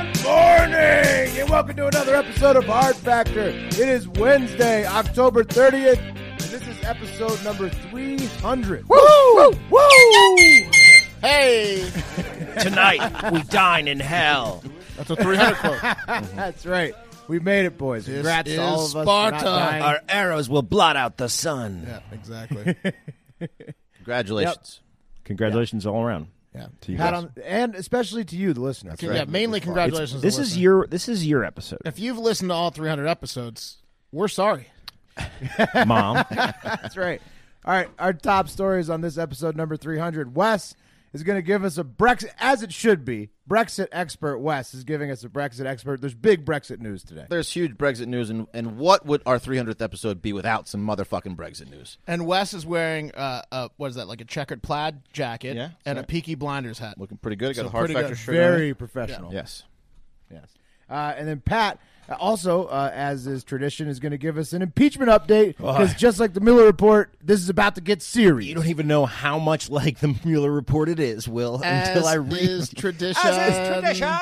morning and welcome to another episode of Hard Factor. It is Wednesday, October 30th, and this is episode number 300. Woo! Woo! Woo! Hey! Tonight we dine in hell. That's a 300 quote. That's right. We made it, boys. Congrats is to all of us. for Sparta. not dying. Our arrows will blot out the sun. Yeah, exactly. Congratulations. Congratulations all around. Yeah. To you Pat guys. on, and especially to you, the listener. Yeah, mainly congratulations. to This is listening. your this is your episode, If you've listened to all 300 episodes, we're sorry. Mom. That's right. All right, our top stories on this episode number 300. Wes is going to give us a Brexit, as it should be. Brexit expert Wes is giving us a Brexit expert. There's big Brexit news today. There's huge Brexit news, and, and what would our 300th episode be without some motherfucking Brexit news? And Wes is wearing uh, a what is that like a checkered plaid jacket Yeah, and right. a Peaky Blinders hat. Looking pretty good. I got So a hard pretty factor good. shirt. on. Very professional. Yes. Yes. Uh, and then Pat uh, also, uh, as is tradition, is going to give us an impeachment update because just like the Mueller report, this is about to get serious. You don't even know how much like the Mueller report it is, Will, until I read is tradition.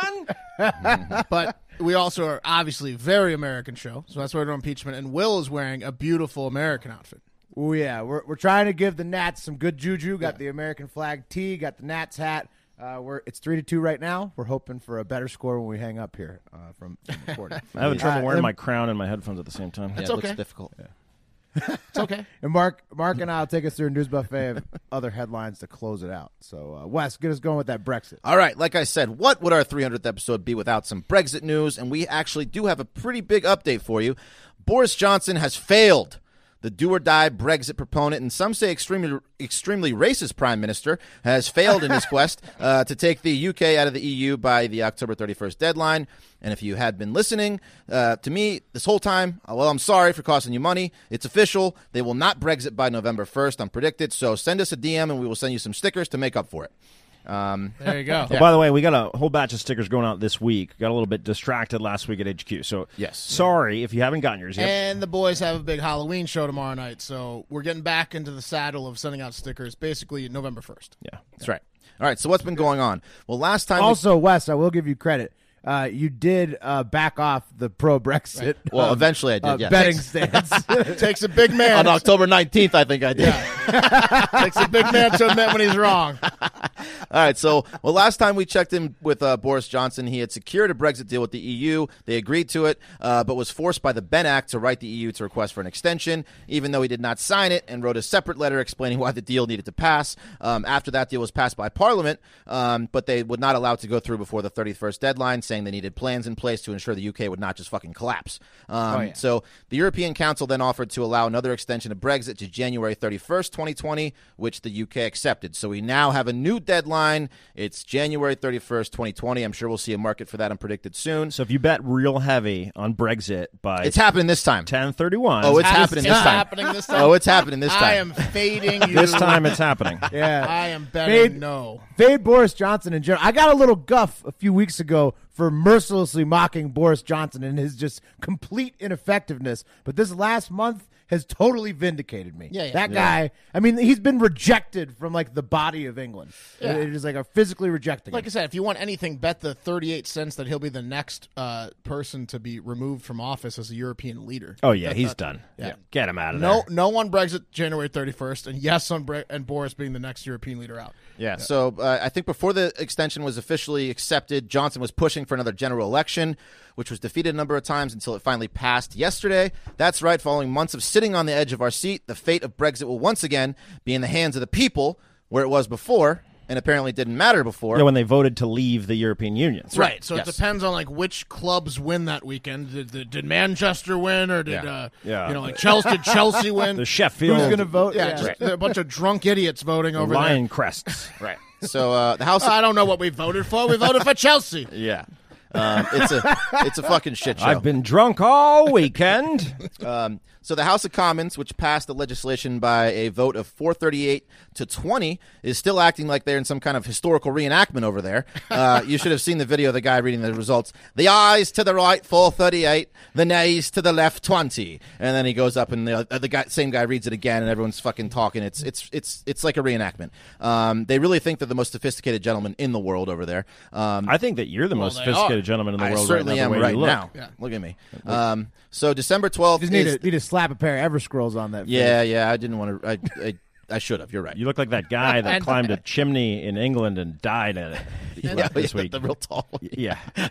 But we also are obviously very American show, so that's why we're doing impeachment. And Will is wearing a beautiful American outfit. oh yeah, we're we're trying to give the Nats some good juju. Got the American flag tee, got the Nats hat. Uh, we're it's three to two right now. We're hoping for a better score when we hang up here uh, from, from recording. I'm having trouble Uh, wearing and- my crown and my headphones at the same time. Yeah, it okay. looks difficult. It's okay. and Mark Mark and I'll take us through a news buffet of other headlines to close it out. So uh, Wes, get us going with that Brexit. All right, like I said, what would our 300th episode be without some Brexit news? And we actually do have a pretty big update for you. Boris Johnson has failed. The do or die Brexit proponent and some say extremely extremely racist prime minister has failed in his quest uh, to take the UK out of the EU by the October 31st deadline. And if you had been listening uh, to me this whole time, uh, well, I'm sorry for costing you money. It's official. They will not Brexit by November 1st. I'm predicted. So send us a DM and we will send you some stickers to make up for it. Um, There you go. Oh, by the way, we got a whole batch of stickers going out this week. Got a little bit distracted last week at HQ. So Yes. Eh. sorry if you haven't gotten yours yet. And the boys have a big Halloween show tomorrow night, so we're getting back into the saddle of sending out stickers basically November 1st. yeah. That's right. All right. So what's been going on? Well, last time. Also, Wes, I will give you credit. Uh, you did uh, back off the pro Brexit. we, well, eventually I did. uh, yes. betting stance. Takes a big man. Um, on October nineteenth, I think I did. takes a big man to admit when he's wrong. All right. So, well, last time we checked in with uh, Boris Johnson, he had secured a Brexit deal with the EU. They agreed to it, uh, but was forced by the Ben Act to write the EU to request for an extension, even though he did not sign it and wrote a separate letter explaining why the deal needed to pass. Um, after that deal was passed by Parliament, um, but they would not allow it to go through before the 31st deadline, saying they needed plans in place to ensure the UK would not just fucking collapse. Um, So, the European Council then offered to allow another extension of Brexit to January 31st, 2020, which the UK accepted. So we now have a new deadline. It's January 31st, 2020. I'm sure we'll see a market for that. I'm predicted soon. So if you bet real heavy on Brexit by It's happening this time. ten thirty one, Oh, it's happening It's this time. happening this time. Oh, it's happening this time. I am fading you. this time it's happening. yeah. I am betting Fade- no. Fade Boris Johnson in general. I got a little guff a few weeks ago for mercilessly mocking Boris Johnson and his just complete ineffectiveness. But this last month has totally vindicated me. Yeah, yeah. That guy, I mean, he's been rejected from like the body of England. Yeah. It is like a physically rejecting. Like I him. said, if you want anything, bet the 38 cents that he'll be the next uh, person to be removed from office as a European leader. Oh yeah, he's done. Yeah. Get him out of No, there. no on Brexit January 31st, and yes on Bre- and Boris being the next European leader out. Yeah. So uh, I think before the extension was officially accepted, Johnson was pushing for another general election, which was defeated a number of times until it finally passed yesterday. That's right, following months of sitting on the edge of our seat, the fate of Brexit will once again be in the hands of the people where it was before, and apparently didn't matter before. Yeah, when they voted to leave the European Union. Right. So it Yes. depends on like which clubs win that weekend. Did, did, did Manchester win, or did Yeah. Uh, Yeah. you know like Chelsea? Did Chelsea win? The Who's Sheffield going to vote? yeah, just a bunch of drunk idiots voting over Lion Crests. right. So uh, the House. Ah. there. I don't know what we voted for. We voted for Chelsea. yeah. Um, it's a it's a fucking shit show. I've been drunk all weekend. Um, So the House of Commons, which passed the legislation by a vote of 438 to 20, is still acting like they're in some kind of historical reenactment over there. Uh, you should have seen the video of the guy reading the results. The ayes to the right, 438. The nays to the left, 20. And then he goes up and the, uh, the guy, same guy reads it again, and everyone's fucking talking. It's it's it's it's like a reenactment. Um, they really think they're the most sophisticated gentleman in the world over there. Um, I think that you're the most they sophisticated are. gentleman in the I world certainly right now. the way am right you look. now. Look at me. Um, so December 12th Just need is to, need to slap a pair of Everscrolls on that. Yeah, yeah. I didn't want to. I, I, I should have. You're right. You look like that guy that And- climbed a chimney in England and died in it yeah, this yeah, week. the real tall. One. yeah,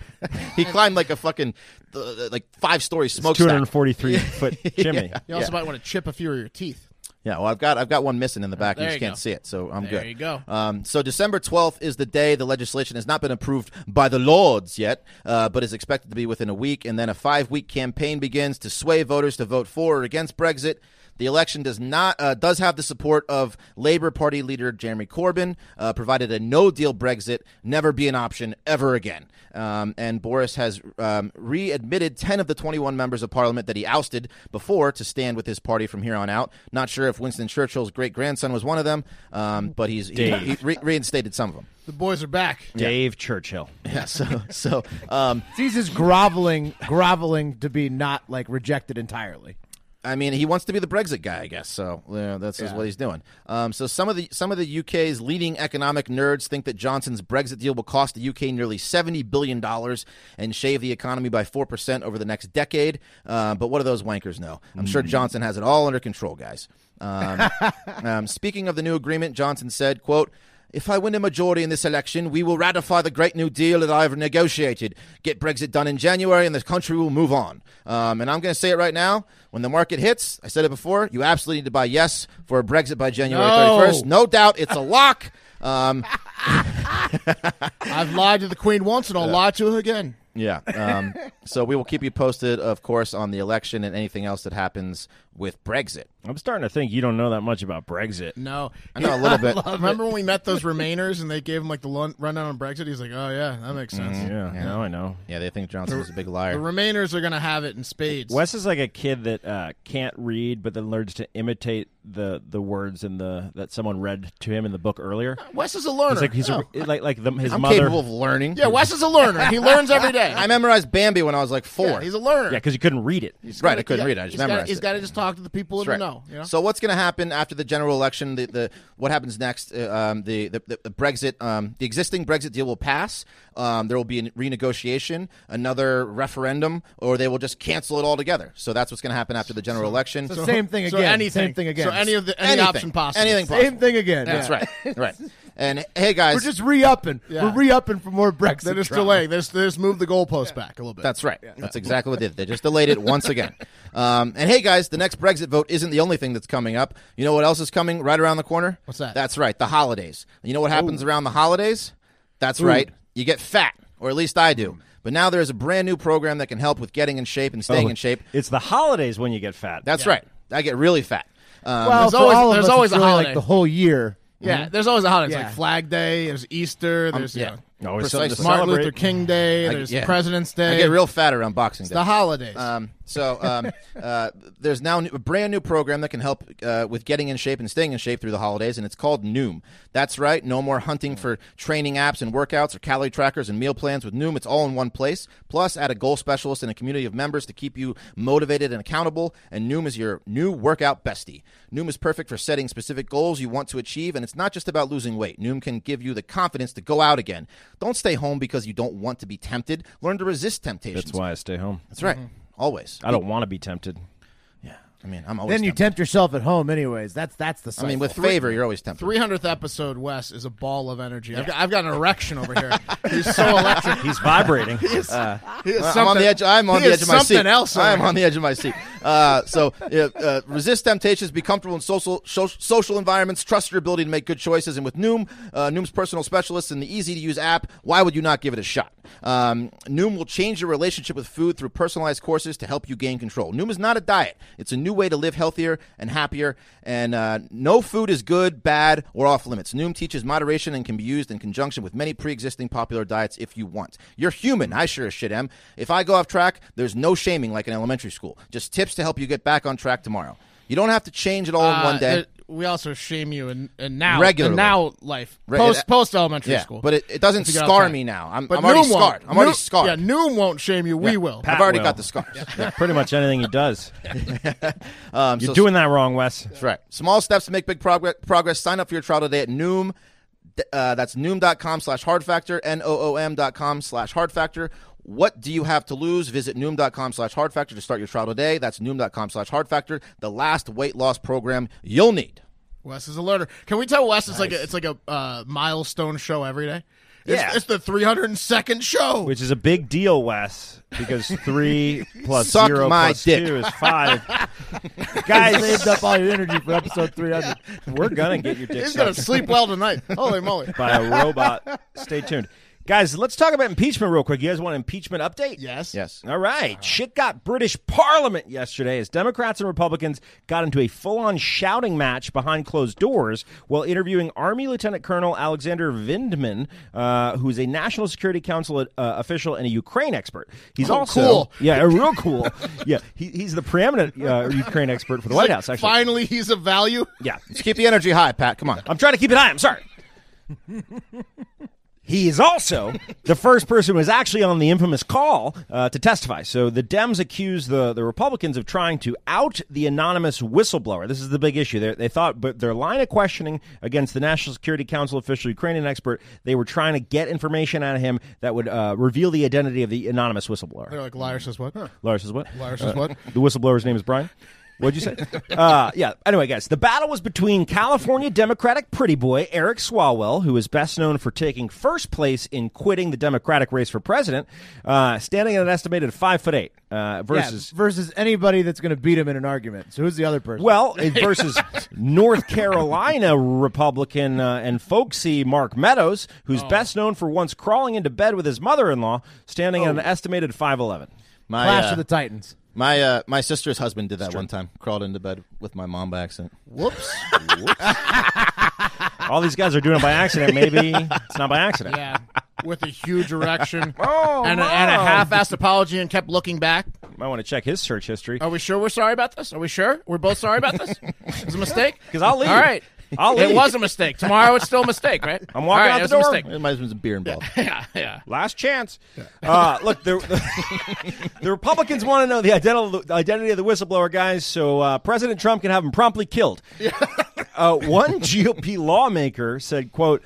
He climbed like a fucking uh, like five story smokestack. 243 foot chimney. You also might want to chip a few of your teeth. Yeah, well, I've got I've got one missing in the back. you Oh, There just you can't go. see it, so I'm There good. you go. Um, so December 12th is the day the legislation has not been approved by the Lords yet, uh, but is expected to be within a week, and then a five week campaign begins to sway voters to vote for or against Brexit. The election does not uh, does have the support of Labour Party leader Jeremy Corbyn, uh, provided a no deal Brexit never be an option ever again. Um, and Boris has um, readmitted 10 of the 21 members of parliament that he ousted before to stand with his party from here on out. Not sure if Winston Churchill's great grandson was one of them, um, but he's he, Dave. he re- reinstated some of them. The boys are back. Dave Churchill. Yeah, so so um, He's just groveling, groveling to be not like rejected entirely. I mean, he wants to be the Brexit guy, I guess. So yeah, that's just what he's doing. Um, so some of the some of the UK's leading economic nerds think that Johnson's Brexit deal will cost the UK nearly seventy billion dollars and shave the economy by four percent over the next decade. Uh, but what do those wankers know? I'm sure Johnson has it all under control, guys. Um, um, speaking of the new agreement, Johnson said, "quote." If I win a majority in this election, we will ratify the Great New Deal that I have negotiated, get Brexit done in January, and the country will move on. Um, and I'm going to say it right now. When the market hits, I said it before, you absolutely need to buy yes for a Brexit by January No. 31st. No doubt, it's a lock. Um, I've lied to the Queen once, and I'll lie to her again. yeah. Um, so we will keep you posted, of course, on the election and anything else that happens with Brexit. I'm starting to think you don't know that much about Brexit. No, I know a little bit. Remember when we met those Remainers and they gave him like the lun- rundown on Brexit? He's like, "Oh yeah, that makes sense." Mm-hmm. Yeah, now I know. Yeah, they think Johnson's a big The liar. Remainers are gonna have it in spades. Wes is like a kid that uh, can't read, but then learns to imitate the, the words in the that someone read to him in the book earlier. Wes is a learner. He's like he's a, like like the, his I'm mother. capable of learning. yeah, Wes is a learner. He learns every day. I memorized Bambi when I was like four. Yeah, he's a learner. Yeah, because you couldn't read it. right, I couldn't read it. I just he's gotta- memorized he's it. got to just talk to the people that That's right. know. You know? So what's going to happen after the general election? The, the what happens next? uh, um, the, the the Brexit, um, the existing Brexit deal will pass. Um, there will be a renegotiation, another referendum, or they will just cancel it altogether. So that's what's going to happen after the general election. The same thing so again. anything, Same thing again. So any of the any anything, option possible. Anything possible. Same thing again. That's yeah. right. Right. And hey, guys, We're just re-upping. Yeah. We're re-upping for more Brexit. They're just drama. delaying. They just, they just move the goalpost back a little bit. That's right. That's exactly what they did. They just delayed it once again. Um, and hey, guys, the next Brexit vote isn't the only thing that's coming up. You know what else is coming right around the corner? What's that? Oh. That's right. The holidays. You know what happens around the holidays? That's right. You get fat, or at least I do. But now there is a brand new program that can help with getting in shape and Oh. staying in shape. It's the holidays when you get fat. That's right. I get really fat. Um, Well, There's for always- all of there's us, always it's a really like holiday. the whole year. Mm-hmm. yeah. There's always a holiday. Yeah. It's like Flag Day. There's Easter. There's you mm-hmm. Um, yeah. know, No, it's Precisely. something to Martin celebrate. Luther King Day. I- There's yeah. President's Day. I get real fat around Boxing Day. the holidays. Um, so um, uh, there's now a brand new program that can help uh, with getting in shape and staying in shape through the holidays, and it's called Noom. That's right. No more hunting for training apps and workouts or calorie trackers and meal plans. With Noom, it's all in one place. Plus, add a goal specialist and a community of members to keep you motivated and accountable. And Noom is your new workout bestie. Noom is perfect for setting specific goals you want to achieve, and it's not just about losing weight. Noom can give you the confidence to go out again. Don't stay home because you don't want to be tempted. Learn to resist temptations. Mm-hmm. That's why I stay home. That's right. Always. I don't want to be tempted. I mean, I'm always. Then you tempted. tempt yourself at home, anyways. That's that's the. I Cycle. mean, with favor, you're always tempted. 300th episode, Wes, is a ball of energy. I've, got, I've got an erection over here. He's so electric. He's vibrating. Uh, He is I'm on something- the edge. I'm on he the is edge of my seat. something else over I am here. on the edge of my seat. Uh, so, uh, uh, resist temptations, be comfortable in social so- social environments, trust your ability to make good choices, and with Noom, uh, Noom's personal specialist and the easy to use app, why would you not give it a shot? Um, Noom will change your relationship with food through personalized courses to help you gain control. Noom is not a diet; it's a new way to live healthier and happier. And uh, no food is good, bad, or off limits. Noom teaches moderation and can be used in conjunction with many pre-existing popular diets if you want. You're human. I sure as shit am. If I go off track, there's no shaming like in elementary school. Just tips to help you get back on track tomorrow. You don't have to change it all in Uh, one day. there- we also shame you in, in now Regularly. in now life Re- post it- uh, post elementary yeah, school. but it, it doesn't If you get scar outside. me now. I'm, But I'm already Noom won't. scarred. I'm already Noom- scarred. Yeah, Noom won't shame you. We will. I've already will. got the scar. Yeah, pretty much anything he does. Um, You're so- doing that wrong, Wes. That's right. Small steps to make big progress. Progress. Sign up for your trial today at Noom. D- Uh, that's noom.com slash hard factor, N O O M dot com slash hard factor. What do you have to lose? Visit noom.com slash hard factor to start your trial today. That's noom.com slash hard factor, the last weight loss program you'll need. Wes is a learner. Can we tell Wes it's like a, it's like a uh, milestone show every day? It's, Yeah. it's the 302nd show. Which is a big deal, Wes, because three plus Suck zero my plus dick. two is five. guys saved up all your energy for episode three hundred. We're gonna get your dick He's gonna sucked sleep well tonight. Holy moly! by a robot. Stay tuned, guys. Let's talk about impeachment real quick. You guys want an impeachment update? Yes. Yes. All right. Shit got British Parliament yesterday as Democrats and Republicans got into a full on shouting match behind closed doors while interviewing Army Lieutenant Colonel Alexander Vindman, uh, who's a National Security Council uh, official and a Ukraine expert. He's also. Oh, cool. Yeah, real cool. yeah, he, he's the preeminent uh, Ukraine expert for the White Like, House, actually. finally, he's of value. Yeah. Let's keep the energy high, Pat. Come on. I'm trying to keep it high. I'm sorry. He is also the first person who was actually on the infamous call uh, to testify. So the Dems accused the, the Republicans of trying to out the anonymous whistleblower. This is the big issue. they they thought, but their line of questioning against the National Security Council official, Ukrainian expert, they were trying to get information out of him that would uh, reveal the identity of the anonymous whistleblower. They're like liar says what? Huh. Lars says what? Uh, Liar says what? The whistleblower's name is Brian. What'd you say? uh, yeah. Anyway, guys, the battle was between California Democratic pretty boy Eric Swalwell, who is best known for taking first place in quitting the Democratic race for president, uh, standing at an estimated five foot eight, uh, Versus versus. versus anybody that's going to beat him in an argument. So who's the other person? Well, it versus North Carolina Republican uh, and folksy Mark Meadows, who's Oh. best known for once crawling into bed with his mother-in-law, standing Oh. at an estimated five eleven. My, Clash uh, of the Titans. my, uh, my sister's husband did that one time, crawled into bed with my mom by accident. Whoops. All these guys are doing it by accident. Maybe it's not by accident. yeah. With a huge erection Oh, and, a, and a half-assed apology, and kept looking back. Might want to check his search history Are we sure we're sorry about this? Are we sure we're both sorry about this? It was a mistake. because I'll leave. All right. I'll leave. It was a mistake. Tomorrow it's still a mistake, right? I'm All walking right, out it was the door. A mistake. There might have been some beer involved. Yeah, yeah. Last chance. Uh, look, the, the, the Republicans want to know the identity, the identity of the whistleblower, guys, so uh, President Trump can have him promptly killed. uh, one GOP lawmaker said, quote,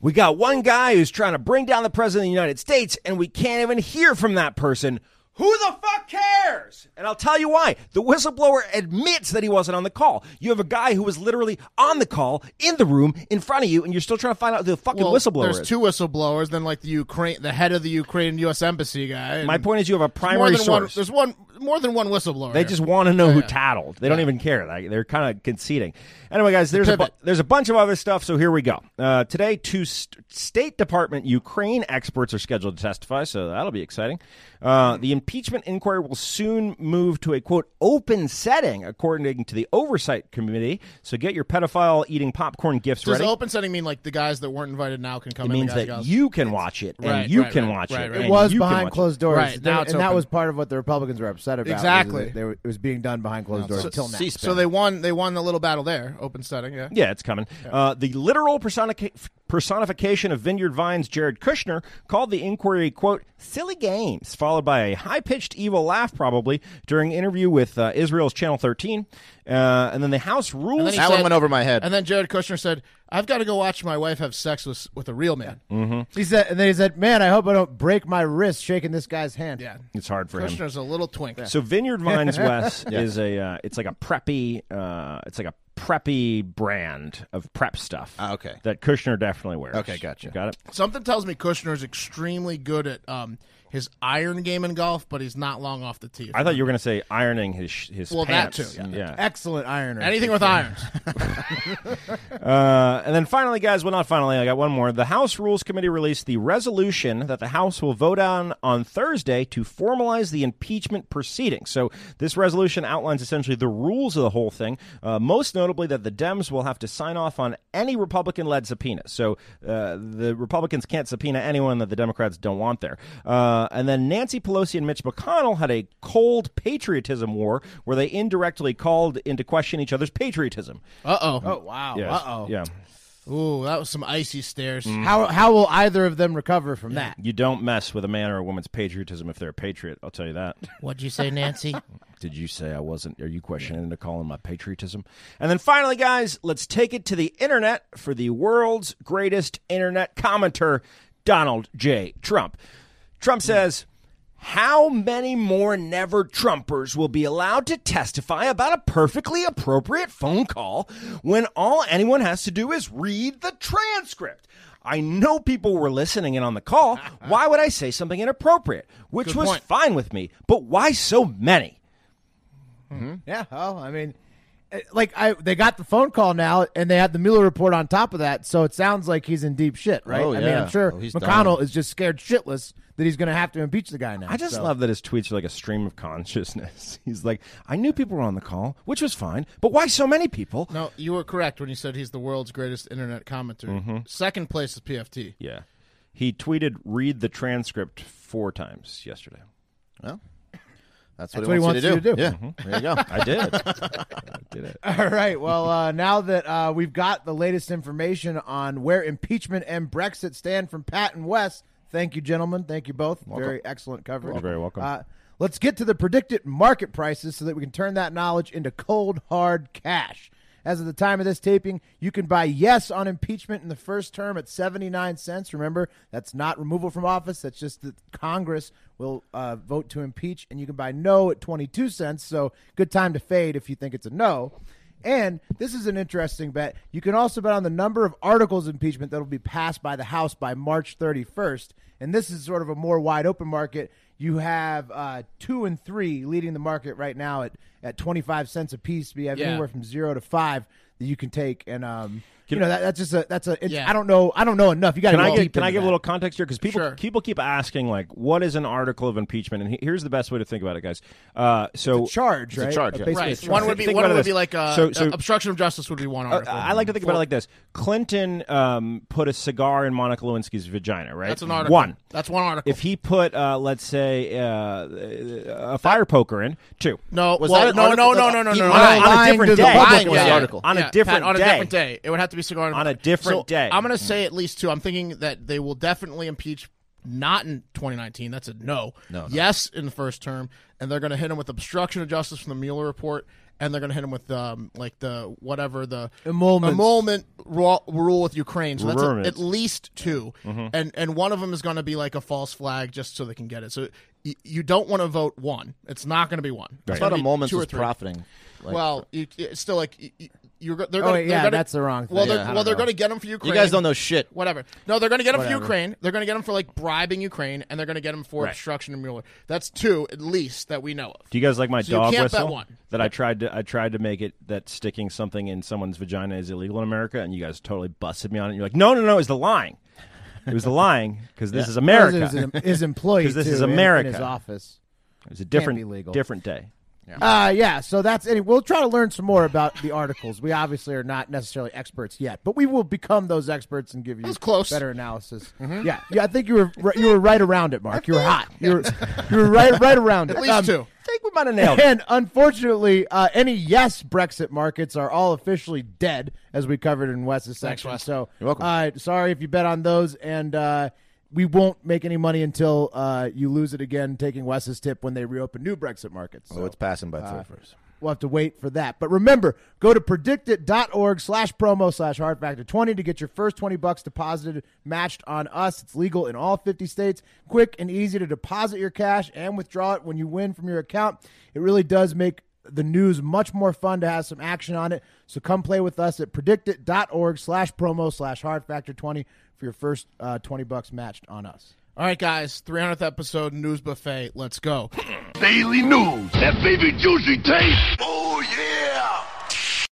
we got one guy who's trying to bring down the president of the United States, and we can't even hear from that person. Who the fuck cares? And I'll tell you why. The whistleblower admits that he wasn't on the call. You have a guy who was literally on the call, in the room, in front of you, and you're still trying to find out who the fucking Well, whistleblower there's is. two whistleblowers. Then like the Ukraine, the head of the Ukraine U.S. embassy guy. and My point is, you have a there's primary more than source. One, there's one more than one whistleblower. they here. just want to know who tattled. They don't even care. Like, they're kind of conceding. Anyway, guys, there's a bu- pivot. there's a bunch of other stuff. So here we go. Uh, today, two st- State Department Ukraine experts are scheduled to testify. So that'll be exciting. Uh, the impeachment inquiry will soon move to a quote open setting, according to the Oversight Committee. So get your pedophile eating popcorn gifts Does ready. open setting mean like the guys that weren't invited now can come it in? means the guys that who got- you can watch it and Right, you right, can right, watch right, it. right. and It was you can behind watch it. closed doors, Right, now and it's that open. was part of what the Republicans were upset about. was Exactly. that they were- it was being done behind closed doors until now. C-SPAN. So they won. They won the little battle there. Open setting. Yeah. Yeah, it's coming. Uh, the literal personic- personification of Vineyard Vines Jared Kushner, called the inquiry, quote, silly games, followed by a high pitched evil laugh, probably, during an interview with uh, Israel's Channel 13. Uh, and then the House And rules. then he That one went over my head. And then Jared Kushner said, "I've got to go watch my wife have sex with with a real man." Mm. He said, and then he said, "Man, I hope I don't break my wrist shaking this guy's hand." Yeah, It's hard for him. Kushner's a little twink. So Vineyard Vines West is a uh, it's like a preppy uh, it's like a preppy brand of prep stuff. Ah, okay. That Kushner definitely wears. Okay, gotcha. Got it. Something tells me Kushner's extremely good at um, his iron game in golf, but he's not long off the tee. I thought you were going to say ironing his sh- his Well, that pants. too, Yeah. Excellent ironer. anything with irons. Uh, and then finally, guys, well, not finally, I got one more. The House Rules Committee released the resolution that the House will vote on on Thursday to formalize the impeachment proceedings. So this resolution outlines essentially the rules of the whole thing, uh, most notably that the Dems will have to sign off on any Republican led subpoena. So uh, the Republicans can't subpoena anyone that the Democrats don't want there. Uh, and then Nancy Pelosi and Mitch McConnell had a cold patriotism war where they indirectly called into question each other's patriotism. Uh oh. Oh wow. Yes. Uh-oh. Yeah. Ooh, that was some icy stares. Mm. How how will either of them recover from that? You don't mess with a man or a woman's patriotism if they're a patriot. I'll tell you that. What'd you say, Nancy? Did you say I wasn't? Are you questioning the call on my patriotism? And then finally, guys, let's take it to the internet for the world's greatest internet commenter, Donald J. Trump. Trump says, How many more never Trumpers will be allowed to testify about a perfectly appropriate phone call when all anyone has to do is read the transcript? I know people were listening in on the call. Why would I say something inappropriate? Which was point. fine with me, but why so many? Yeah. Oh, I mean, it- like I they got the phone call now, and they have the Mueller report on top of that. So it sounds like he's in deep shit, right? Oh, I mean, yeah. I'm sure Oh, he's McConnell done. is just scared shitless that he's going to have to impeach the guy now. I just so. love that his tweets are like a stream of consciousness. He's like, I knew people were on the call, which was fine, but why so many people? no, you were correct when you said he's the world's greatest internet commenter. Mm-hmm. Second place is PFT. Yeah. He tweeted, read the transcript four times yesterday. Well, that's what, That's what he you wants you to do. Mm-hmm. Yeah, there you go. I did. I did it. All right. Well, uh, now that uh, we've got the latest information on where impeachment and Brexit stand from Pat and Wes, thank you, gentlemen. Thank you both. Very excellent coverage. You're very welcome. Uh, let's get to the predicted market prices so that we can turn that knowledge into cold, hard cash. As of the time of this taping, you can buy yes on impeachment in the first term at 79 cents. Remember, that's not removal from office. That's just that Congress will uh, vote to impeach, and you can buy no at 22 cents. So, good time to fade if you think it's a no. And this is an interesting bet. You can also bet on the number of articles of impeachment that will be passed by the House by March 31st. And this is sort of a more wide open market. You have uh, two and three leading the market right now at, at 25 cents apiece. We have Yeah. anywhere from zero to five that you can take. And, um, Can- you know, that, that's just a, that's a, it's, Yeah. I don't know, I don't know enough. You got to Can I get get, deep can I into give a that. little context here? Because people Sure. people keep asking, like, what is an article of impeachment? And he- here's the best way to think about it, guys. Uh, so charge, right? charge, yeah. basically a Right. charge. One would be Think one about would this. be like uh, So- so- Uh, uh, obstruction of justice would be one article. I like to think about it like this: Clinton um, put a cigar in Monica Lewinsky's vagina, right? That's an article. One. That's one article. If he put, uh, let's say, uh, a fire poker in, two. no, Was well, that an no, article? no, no, no, no, no, He no, lied. no. on a lying different to the day. public was was the yeah. article. On Yeah, a different Pat, on day. a different day. It would have to be cigar On a different So, day. I'm going to say at least two. I'm thinking that they will definitely impeach not in 2019. That's a no. No. Yes, in the first term, and they're going to hit him with obstruction of justice from the Mueller report, and they're going to hit him with um, like the whatever the Emoluments. emolument ru- rule with Ukraine. So that's a- Emoluments. at least 2 Mm-hmm. and and one of them is going to be like a false flag just so they can get it. So. y- You don't want to vote one. It's not going to be one. I It's thought gonna a be moment two or was three. profiting. Like, Well, you, it's still like you- you, you're. go- They're Oh, gonna, wait, they're yeah, gonna- that's the wrong thing. Well, Yeah, I they're, don't well, they're know. going to get them for Ukraine. you guys don't know shit. Whatever. No, they're going to get him Whatever. for Ukraine. They're going to get him for like bribing Ukraine, and they're going to get him for obstruction of Mueller. That's two at least that we know of. Do you guys like my So you dog can't bet whistle? one. That I tried to I tried to make it that sticking something in someone's vagina is illegal in America, and you guys totally busted me on it. You're like, no, no, no, it's the lying. It was the lying because this is America. His, his employee, 'Cause this too, is in- America. in his office. it was a be different legal. different day. Uh, yeah. So that's any. We'll try to learn some more about the articles. We obviously are not necessarily experts yet, but we will become those experts and give you was close. Mm-hmm. better analysis. Yeah, yeah. I think you were ri- you were right around it, Mark. You were hot. You were you were right right around it. At least two. I think we might have nailed it. And unfortunately, uh, any yes Brexit markets are all officially dead, as we covered in Wes's section. So, You're welcome. Uh, sorry if you bet on those, and uh, we won't make any money until uh, you lose it again, taking Wes's tip when they reopen new Brexit markets. So Oh, it's passing by third first. we'll have to wait for that. But remember, go to predictit.org slash promo slash hard factor 20 to get your first 20 bucks deposited matched on us. It's legal in all 50 states. Quick and easy to deposit your cash and withdraw it when you win from your account. It really does make the news much more fun to have some action on it. So come play with us at predictit.org slash promo slash hard factor 20 for your first uh, 20 bucks matched on us. All right, guys, 300th episode news buffet. Let's go. Daily news. That baby juicy taste. Oh, yeah.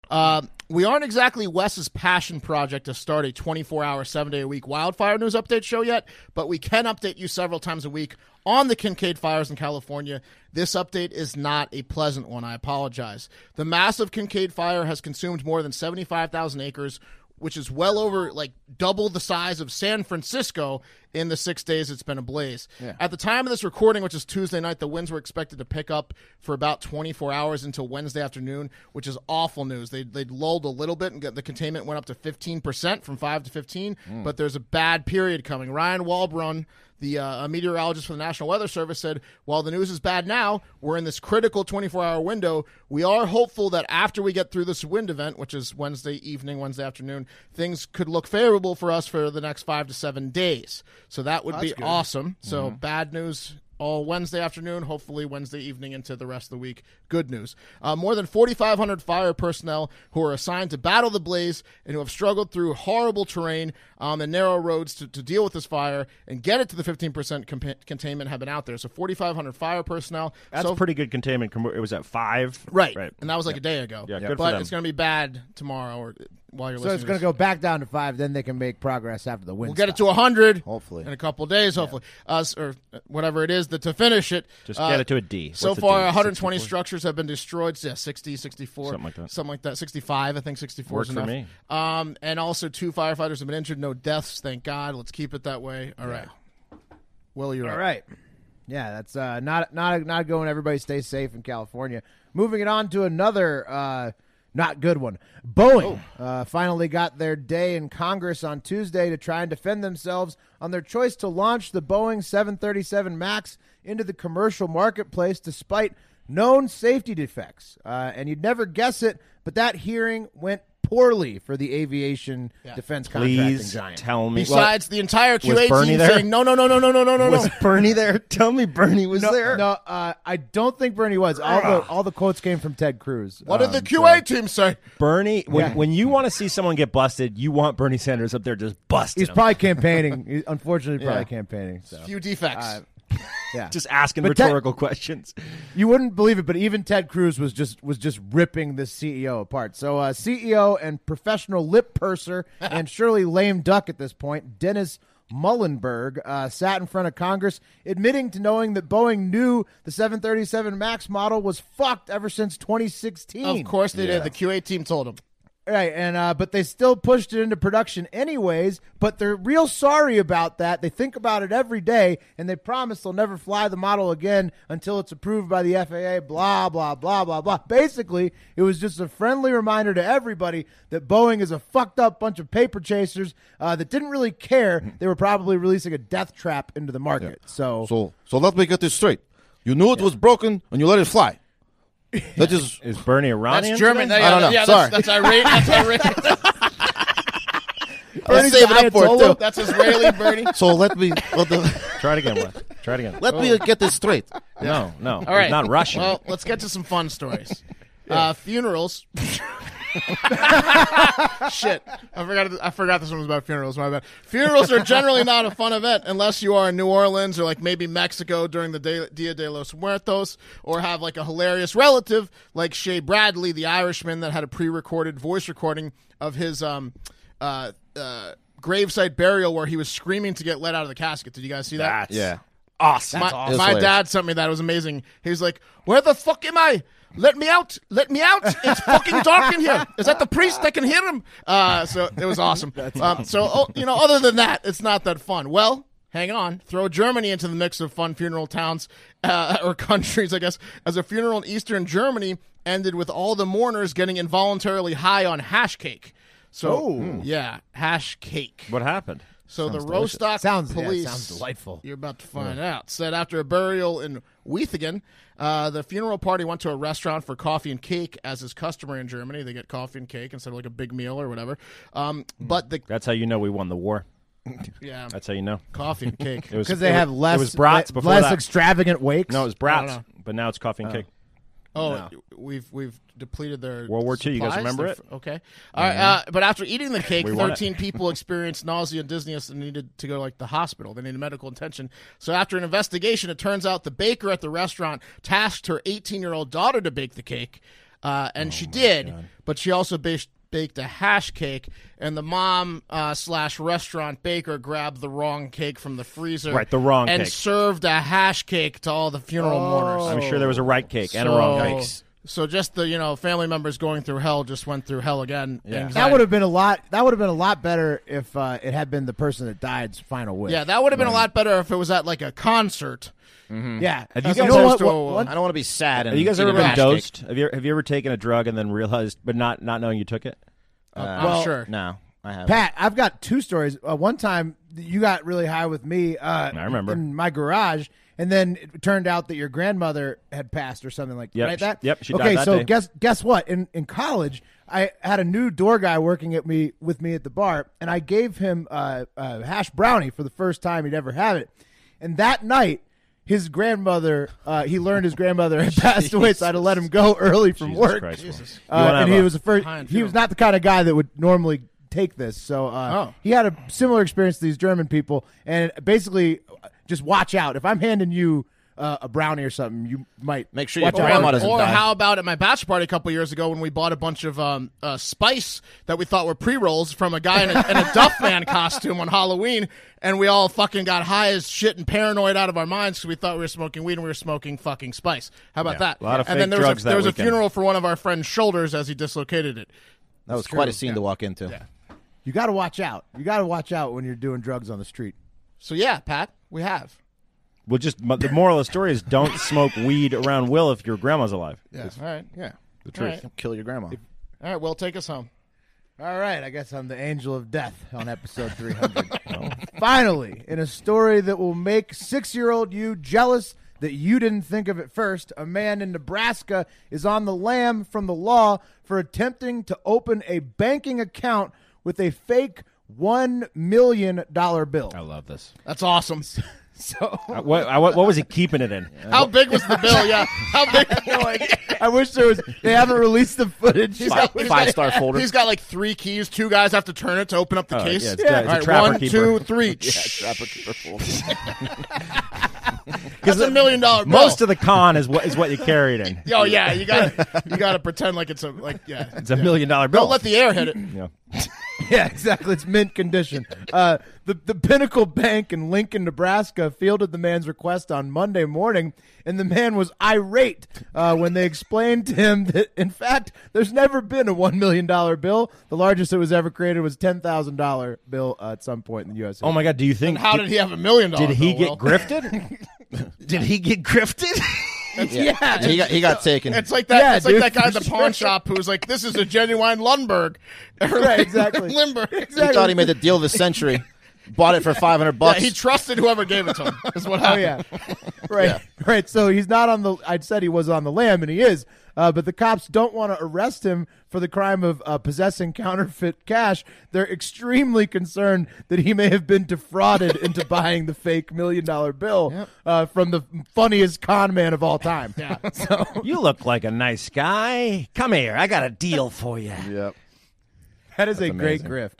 Uh, we aren't exactly Wes's passion project to start a 24 hour, seven day a week wildfire news update show yet, but we can update you several times a week on the Kincaid fires in California. This update is not a pleasant one. I apologize. The massive Kincaid fire has consumed more than 75,000 acres, which is well over like double the size of San Francisco in the six days it's been ablaze. At the time of this recording, which is Tuesday night, the winds were expected to pick up for about 24 hours until Wednesday afternoon, which is awful news. They they lulled a little bit and got, the containment went up to 15% from 5 to 15, but there's a bad period coming. Ryan Walbrun, the uh, a meteorologist for the National Weather Service said, while the news is bad now, we're in this critical 24 hour window. We are hopeful that after we get through this wind event, which is Wednesday evening, Wednesday afternoon, things could look favorable for us for the next five to seven days. So that would be awesome. So bad news all Wednesday afternoon, hopefully Wednesday evening into the rest of the week. Good news. Uh, more than 4,500 fire personnel who are assigned to battle the blaze and who have struggled through horrible terrain um, and narrow roads to, to deal with this fire and get it to the 15% compa- containment have been out there. So 4,500 fire personnel. That's so, pretty good containment. com- It was at five. Right. Right. And that was like a day ago. Yeah, good for but them. it's going to be bad tomorrow or uh, while you're So listening. it's going to to go back down to five, then they can make progress after the wind. We'll get it to 100 Hopefully. in a couple of days, hopefully. Us or uh, whatever it is that to finish it. Just uh, get it to a D. So What's a far, D? 120 structures have been destroyed. Yeah, 60, 64. Something like that. Something like that. 65, I think 64 is Worked for me. enough. Um, and also, two firefighters have been injured. No deaths, thank God. Let's keep it that way. All right. Will, you're All up. right. Yeah, that's uh, not not not going. Everybody stay safe in California. Moving it on to another uh, not good one. Boeing Oh. uh, finally got their day in Congress on Tuesday to try and defend themselves on their choice to launch the Boeing 737 Max into the commercial marketplace, despite known safety defects. Uh, and you'd never guess it, but that hearing went poorly for the aviation defense contracting Please giant. tell me. Besides the entire QA Bernie team there? saying, no, no, no, no, no, no, no, no, Was no. Bernie there? Tell me Bernie was there. No, uh, I don't think Bernie was. All the all the quotes came from Ted Cruz. What Um, did the QA team say? Bernie, when, Yeah. when you want to see someone get busted, you want Bernie Sanders up there just busting. He's them. probably campaigning. He- Unfortunately, probably campaigning. So Few defects. yeah, just asking But te- rhetorical questions. you wouldn't believe it, but even Ted Cruz was just was just ripping the CEO apart. So uh, CEO and professional lip purser and surely lame duck at this point, Dennis Mullenberg, uh, sat in front of Congress admitting to knowing that Boeing knew the 737 Max model was fucked ever since 2016. of course they did. The QA team told them. Right, and uh, but they still pushed it into production anyways. But they're real sorry about that. They think about it every day, and they promise they'll never fly the model again until it's approved by the FAA. Blah blah blah blah blah. Basically, it was just a friendly reminder to everybody that Boeing is a fucked up bunch of paper chasers uh, that didn't really care. They were probably releasing a death trap into the market. So, So, so let me get this straight. You knew it was broken and you let it fly. That is Is Bernie Iranian? That's German. I Yeah, don't know. Yeah, Sorry. That's, that's irate. That's irate. I'll save it up for it too. that's Israeli Bernie. So let me let, the, Try it again, Wes. Try it again. let me get this straight. No, no. All right. Not Russian. Well, let's get to some fun stories. uh, funerals. Shit, I forgot. I forgot this one was about funerals. My bad. Funerals are generally not a fun event unless you are in New Orleans or like maybe Mexico during the Day, Dia de los Muertos, or have like a hilarious relative like Shea Bradley, the Irishman that had a pre-recorded voice recording of his um, uh, uh, gravesite burial where he was screaming to get let out of the casket. Did you guys see that? Yeah. awesome. my, It was my hilarious. dad sent me that. It was amazing. He was like, "Where the fuck am I? Let me out! Let me out! It's fucking dark in here. Is that the priest? I can hear him." Uh, so it was awesome. um, So oh, you know, other than that, it's not that fun. Well, hang on, throw Germany into the mix of fun funeral towns uh, or countries, I guess, as a funeral in Eastern Germany ended with all the mourners getting involuntarily high on hash cake. So, yeah, hash cake. What happened? So the Rostock Sounds- yeah, police sounds delightful. You're about to find out. Said after a burial in Weithagen, uh, the funeral party went to a restaurant for coffee and cake, as is customary in Germany. They get coffee and cake instead of like a big meal or whatever. Um, Hmm. But the That's how you know we won the war. yeah, That's how you know. coffee and cake. It was because they it- have less It was brats le- before less that. extravagant wakes. no, it was brats, but now it's coffee and cake. Oh, we've we've depleted their World War II, you guys supplies. remember They're it? Mm-hmm. f- Okay, all right. Uh, but after eating the cake, We want it. thirteen people experienced nausea and dizziness and needed to go to, like the hospital. They needed medical attention. So after an investigation, it turns out the baker at the restaurant tasked her eighteen-year-old daughter to bake the cake, uh, Oh and she did. But she also baked baked a hash cake, and the mom uh, slash restaurant baker grabbed the wrong cake from the freezer. Right, the wrong and cake. Oh. served a hash cake to all the funeral mourners. I'm sure there was a right cake and a wrong cake. So just the you know family members going through hell just went through hell again. Anxiety. that would have been a lot. That would have been a lot better if uh, it had been the person that died's final wish. yeah, that would have been a lot better if it was at like a concert. yeah. Have you As guys opposed watched, to a- uh, one- I don't want to be sad. And Have you guys eat ever a been hash cake. dosed? Have you have you ever taken a drug and then realized, but not not knowing you took it? Uh, I'm sure. No, I haven't. Pat, I've got two stories. Uh, one time you got really high with me. Uh, I remember. in my garage, and then it turned out that your grandmother had passed or something like Yep, right she- that. yep, she died okay, that so day. guess guess what? In in college, I had a new door guy working at me with me at the bar, and I gave him uh, a hash brownie for the first time he'd ever had it, and that night. His grandmother, uh, he learned his grandmother had passed away, so I had to let him go early from Jesus work. Christ, Uh, Will. You wanna and have he a- was the first. High and He was futile. not the kind of guy that would normally take this. So uh, Oh. he had a similar experience to these German people, and basically, just watch out. If I'm handing you uh, a brownie or something, you might Make sure your watch out. grandma Or, doesn't or die. how about at my bachelor party a couple years ago when we bought a bunch of um, uh, spice that we thought were pre rolls from a guy in a, in a Duff Man costume on Halloween, and we all fucking got high as shit and paranoid out of our minds because we thought we were smoking weed and we were smoking fucking spice. How about that? a lot of fake and then there was drugs a, that there was a weekend. funeral for one of our friend's shoulders as he dislocated it. That was quite a scene to walk into. You got to watch out. You got to watch out when you're doing drugs on the street. So yeah, Pat, we have. Well, just but the moral of the story is don't smoke weed around Will if your grandma's alive. Yeah. All right. Yeah. The Truth. Kill your grandma. All right. Well, take us home. All right, I guess I'm the angel of death on episode 300. Finally, in a story that will make six year old you jealous that you didn't think of it first, a man in Nebraska is on the lam from the law for attempting to open a banking account with a fake $1 million bill. I love this. That's awesome. Uh, what, I- what what was he keeping it in? How big was the bill? Yeah. How big? I wish there was, they haven't released the footage. Five, five star folder. He's got like three keys. Two guys have to turn it to open up the Oh, case. yeah, it's- Yeah. it's a All right, trapper one, keeper. two, three. Trapper keeper folder. That's a million dollar bill. Most of the con is what is what you carried in. Yo, yeah, you got to you got to pretend like it's a like yeah. It's a million dollar bill. Don't let the air hit it. yeah. Yeah, exactly. It's mint condition. Uh, the the Pinnacle Bank in Lincoln, Nebraska, fielded the man's request on Monday morning, and the man was irate uh, when they explained to him that, in fact, there's never been a one million dollar bill. The largest that was ever created was ten thousand dollar bill uh, at some point in the U.S. Oh my God! Do you think? How did he have a million dollars? Did he bill, get Will? grifted? did he get grifted? Yeah. He got, he got taken. It's like that. Yeah, it's like dude. that guy at the pawn shop who was like, "This is a genuine Lundberg." Right, exactly. Lindbergh. he thought he made the deal of the century. Bought it for 500 Yeah, bucks. he trusted whoever gave it to him. Is what Oh happened. yeah, right, right. So he's not on the. I said he was on the lam, and he is. Uh, but the cops don't want to arrest him for the crime of uh, possessing counterfeit cash. They're extremely concerned that he may have been defrauded into buying the fake million dollar bill uh, from the funniest con man of all time. Yeah. So you look like a nice guy. Come here, I got a deal for you. yep. that is a great grift.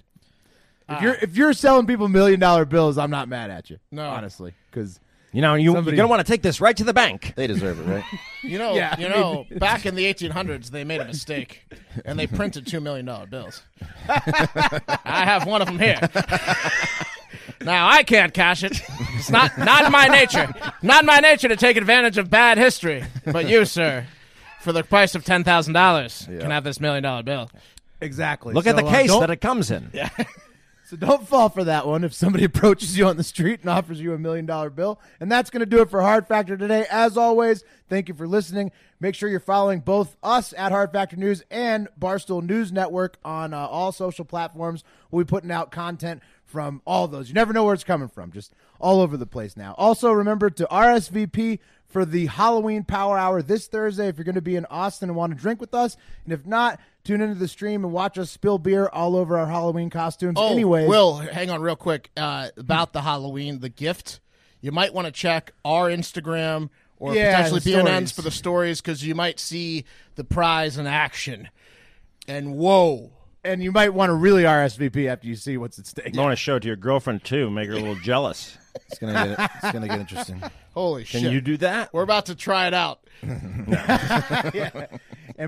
If you're if you're selling people million dollar bills, I'm not mad at you. No. honestly, because You know, you, Somebody- you're gonna want to take this right to the bank. They deserve it, right? You know, Yeah, you I mean- know, back in the 1800s, they made a mistake, and they printed two million dollar bills. I have one of them here. Now I can't cash it. It's not not in my nature. Not in my nature to take advantage of bad history. But you, sir, for the price of ten thousand dollars, can have this million dollar bill. exactly. Look at So, the uh, case don't- that it comes in. So don't fall for that one if somebody approaches you on the street and offers you a million dollar bill. And that's going to do it for Hard Factor today. As always, thank you for listening. Make sure you're following both us at Hard Factor News and Barstool News Network on uh, all social platforms. We'll be putting out content from all those. You never know where it's coming from, just all over the place now. Also, remember to RSVP for the Halloween Power Hour this Thursday if you're going to be in Austin and want to drink with us. And if not, tune into the stream and watch us spill beer all over our Halloween costumes. Oh, Anyways, Will, hang on real quick uh, about the Halloween, the gift. You might want to check our Instagram or Yeah, potentially the PNN's stories. for the stories because you might see the prize in action. And whoa, and you might want to really RSVP after you see what's at stake. You want to show it to your girlfriend too, make her a little jealous. It's gonna get it. It's gonna get interesting. holy Can shit! you do that? We're about to try it out. And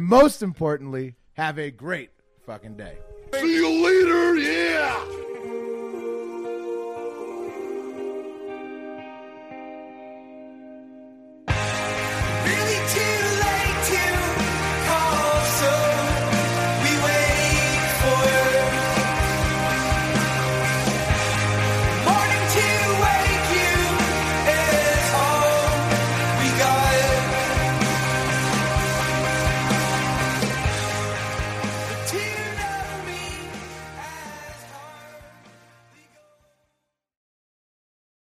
most importantly, have a great fucking day. See you later, yeah!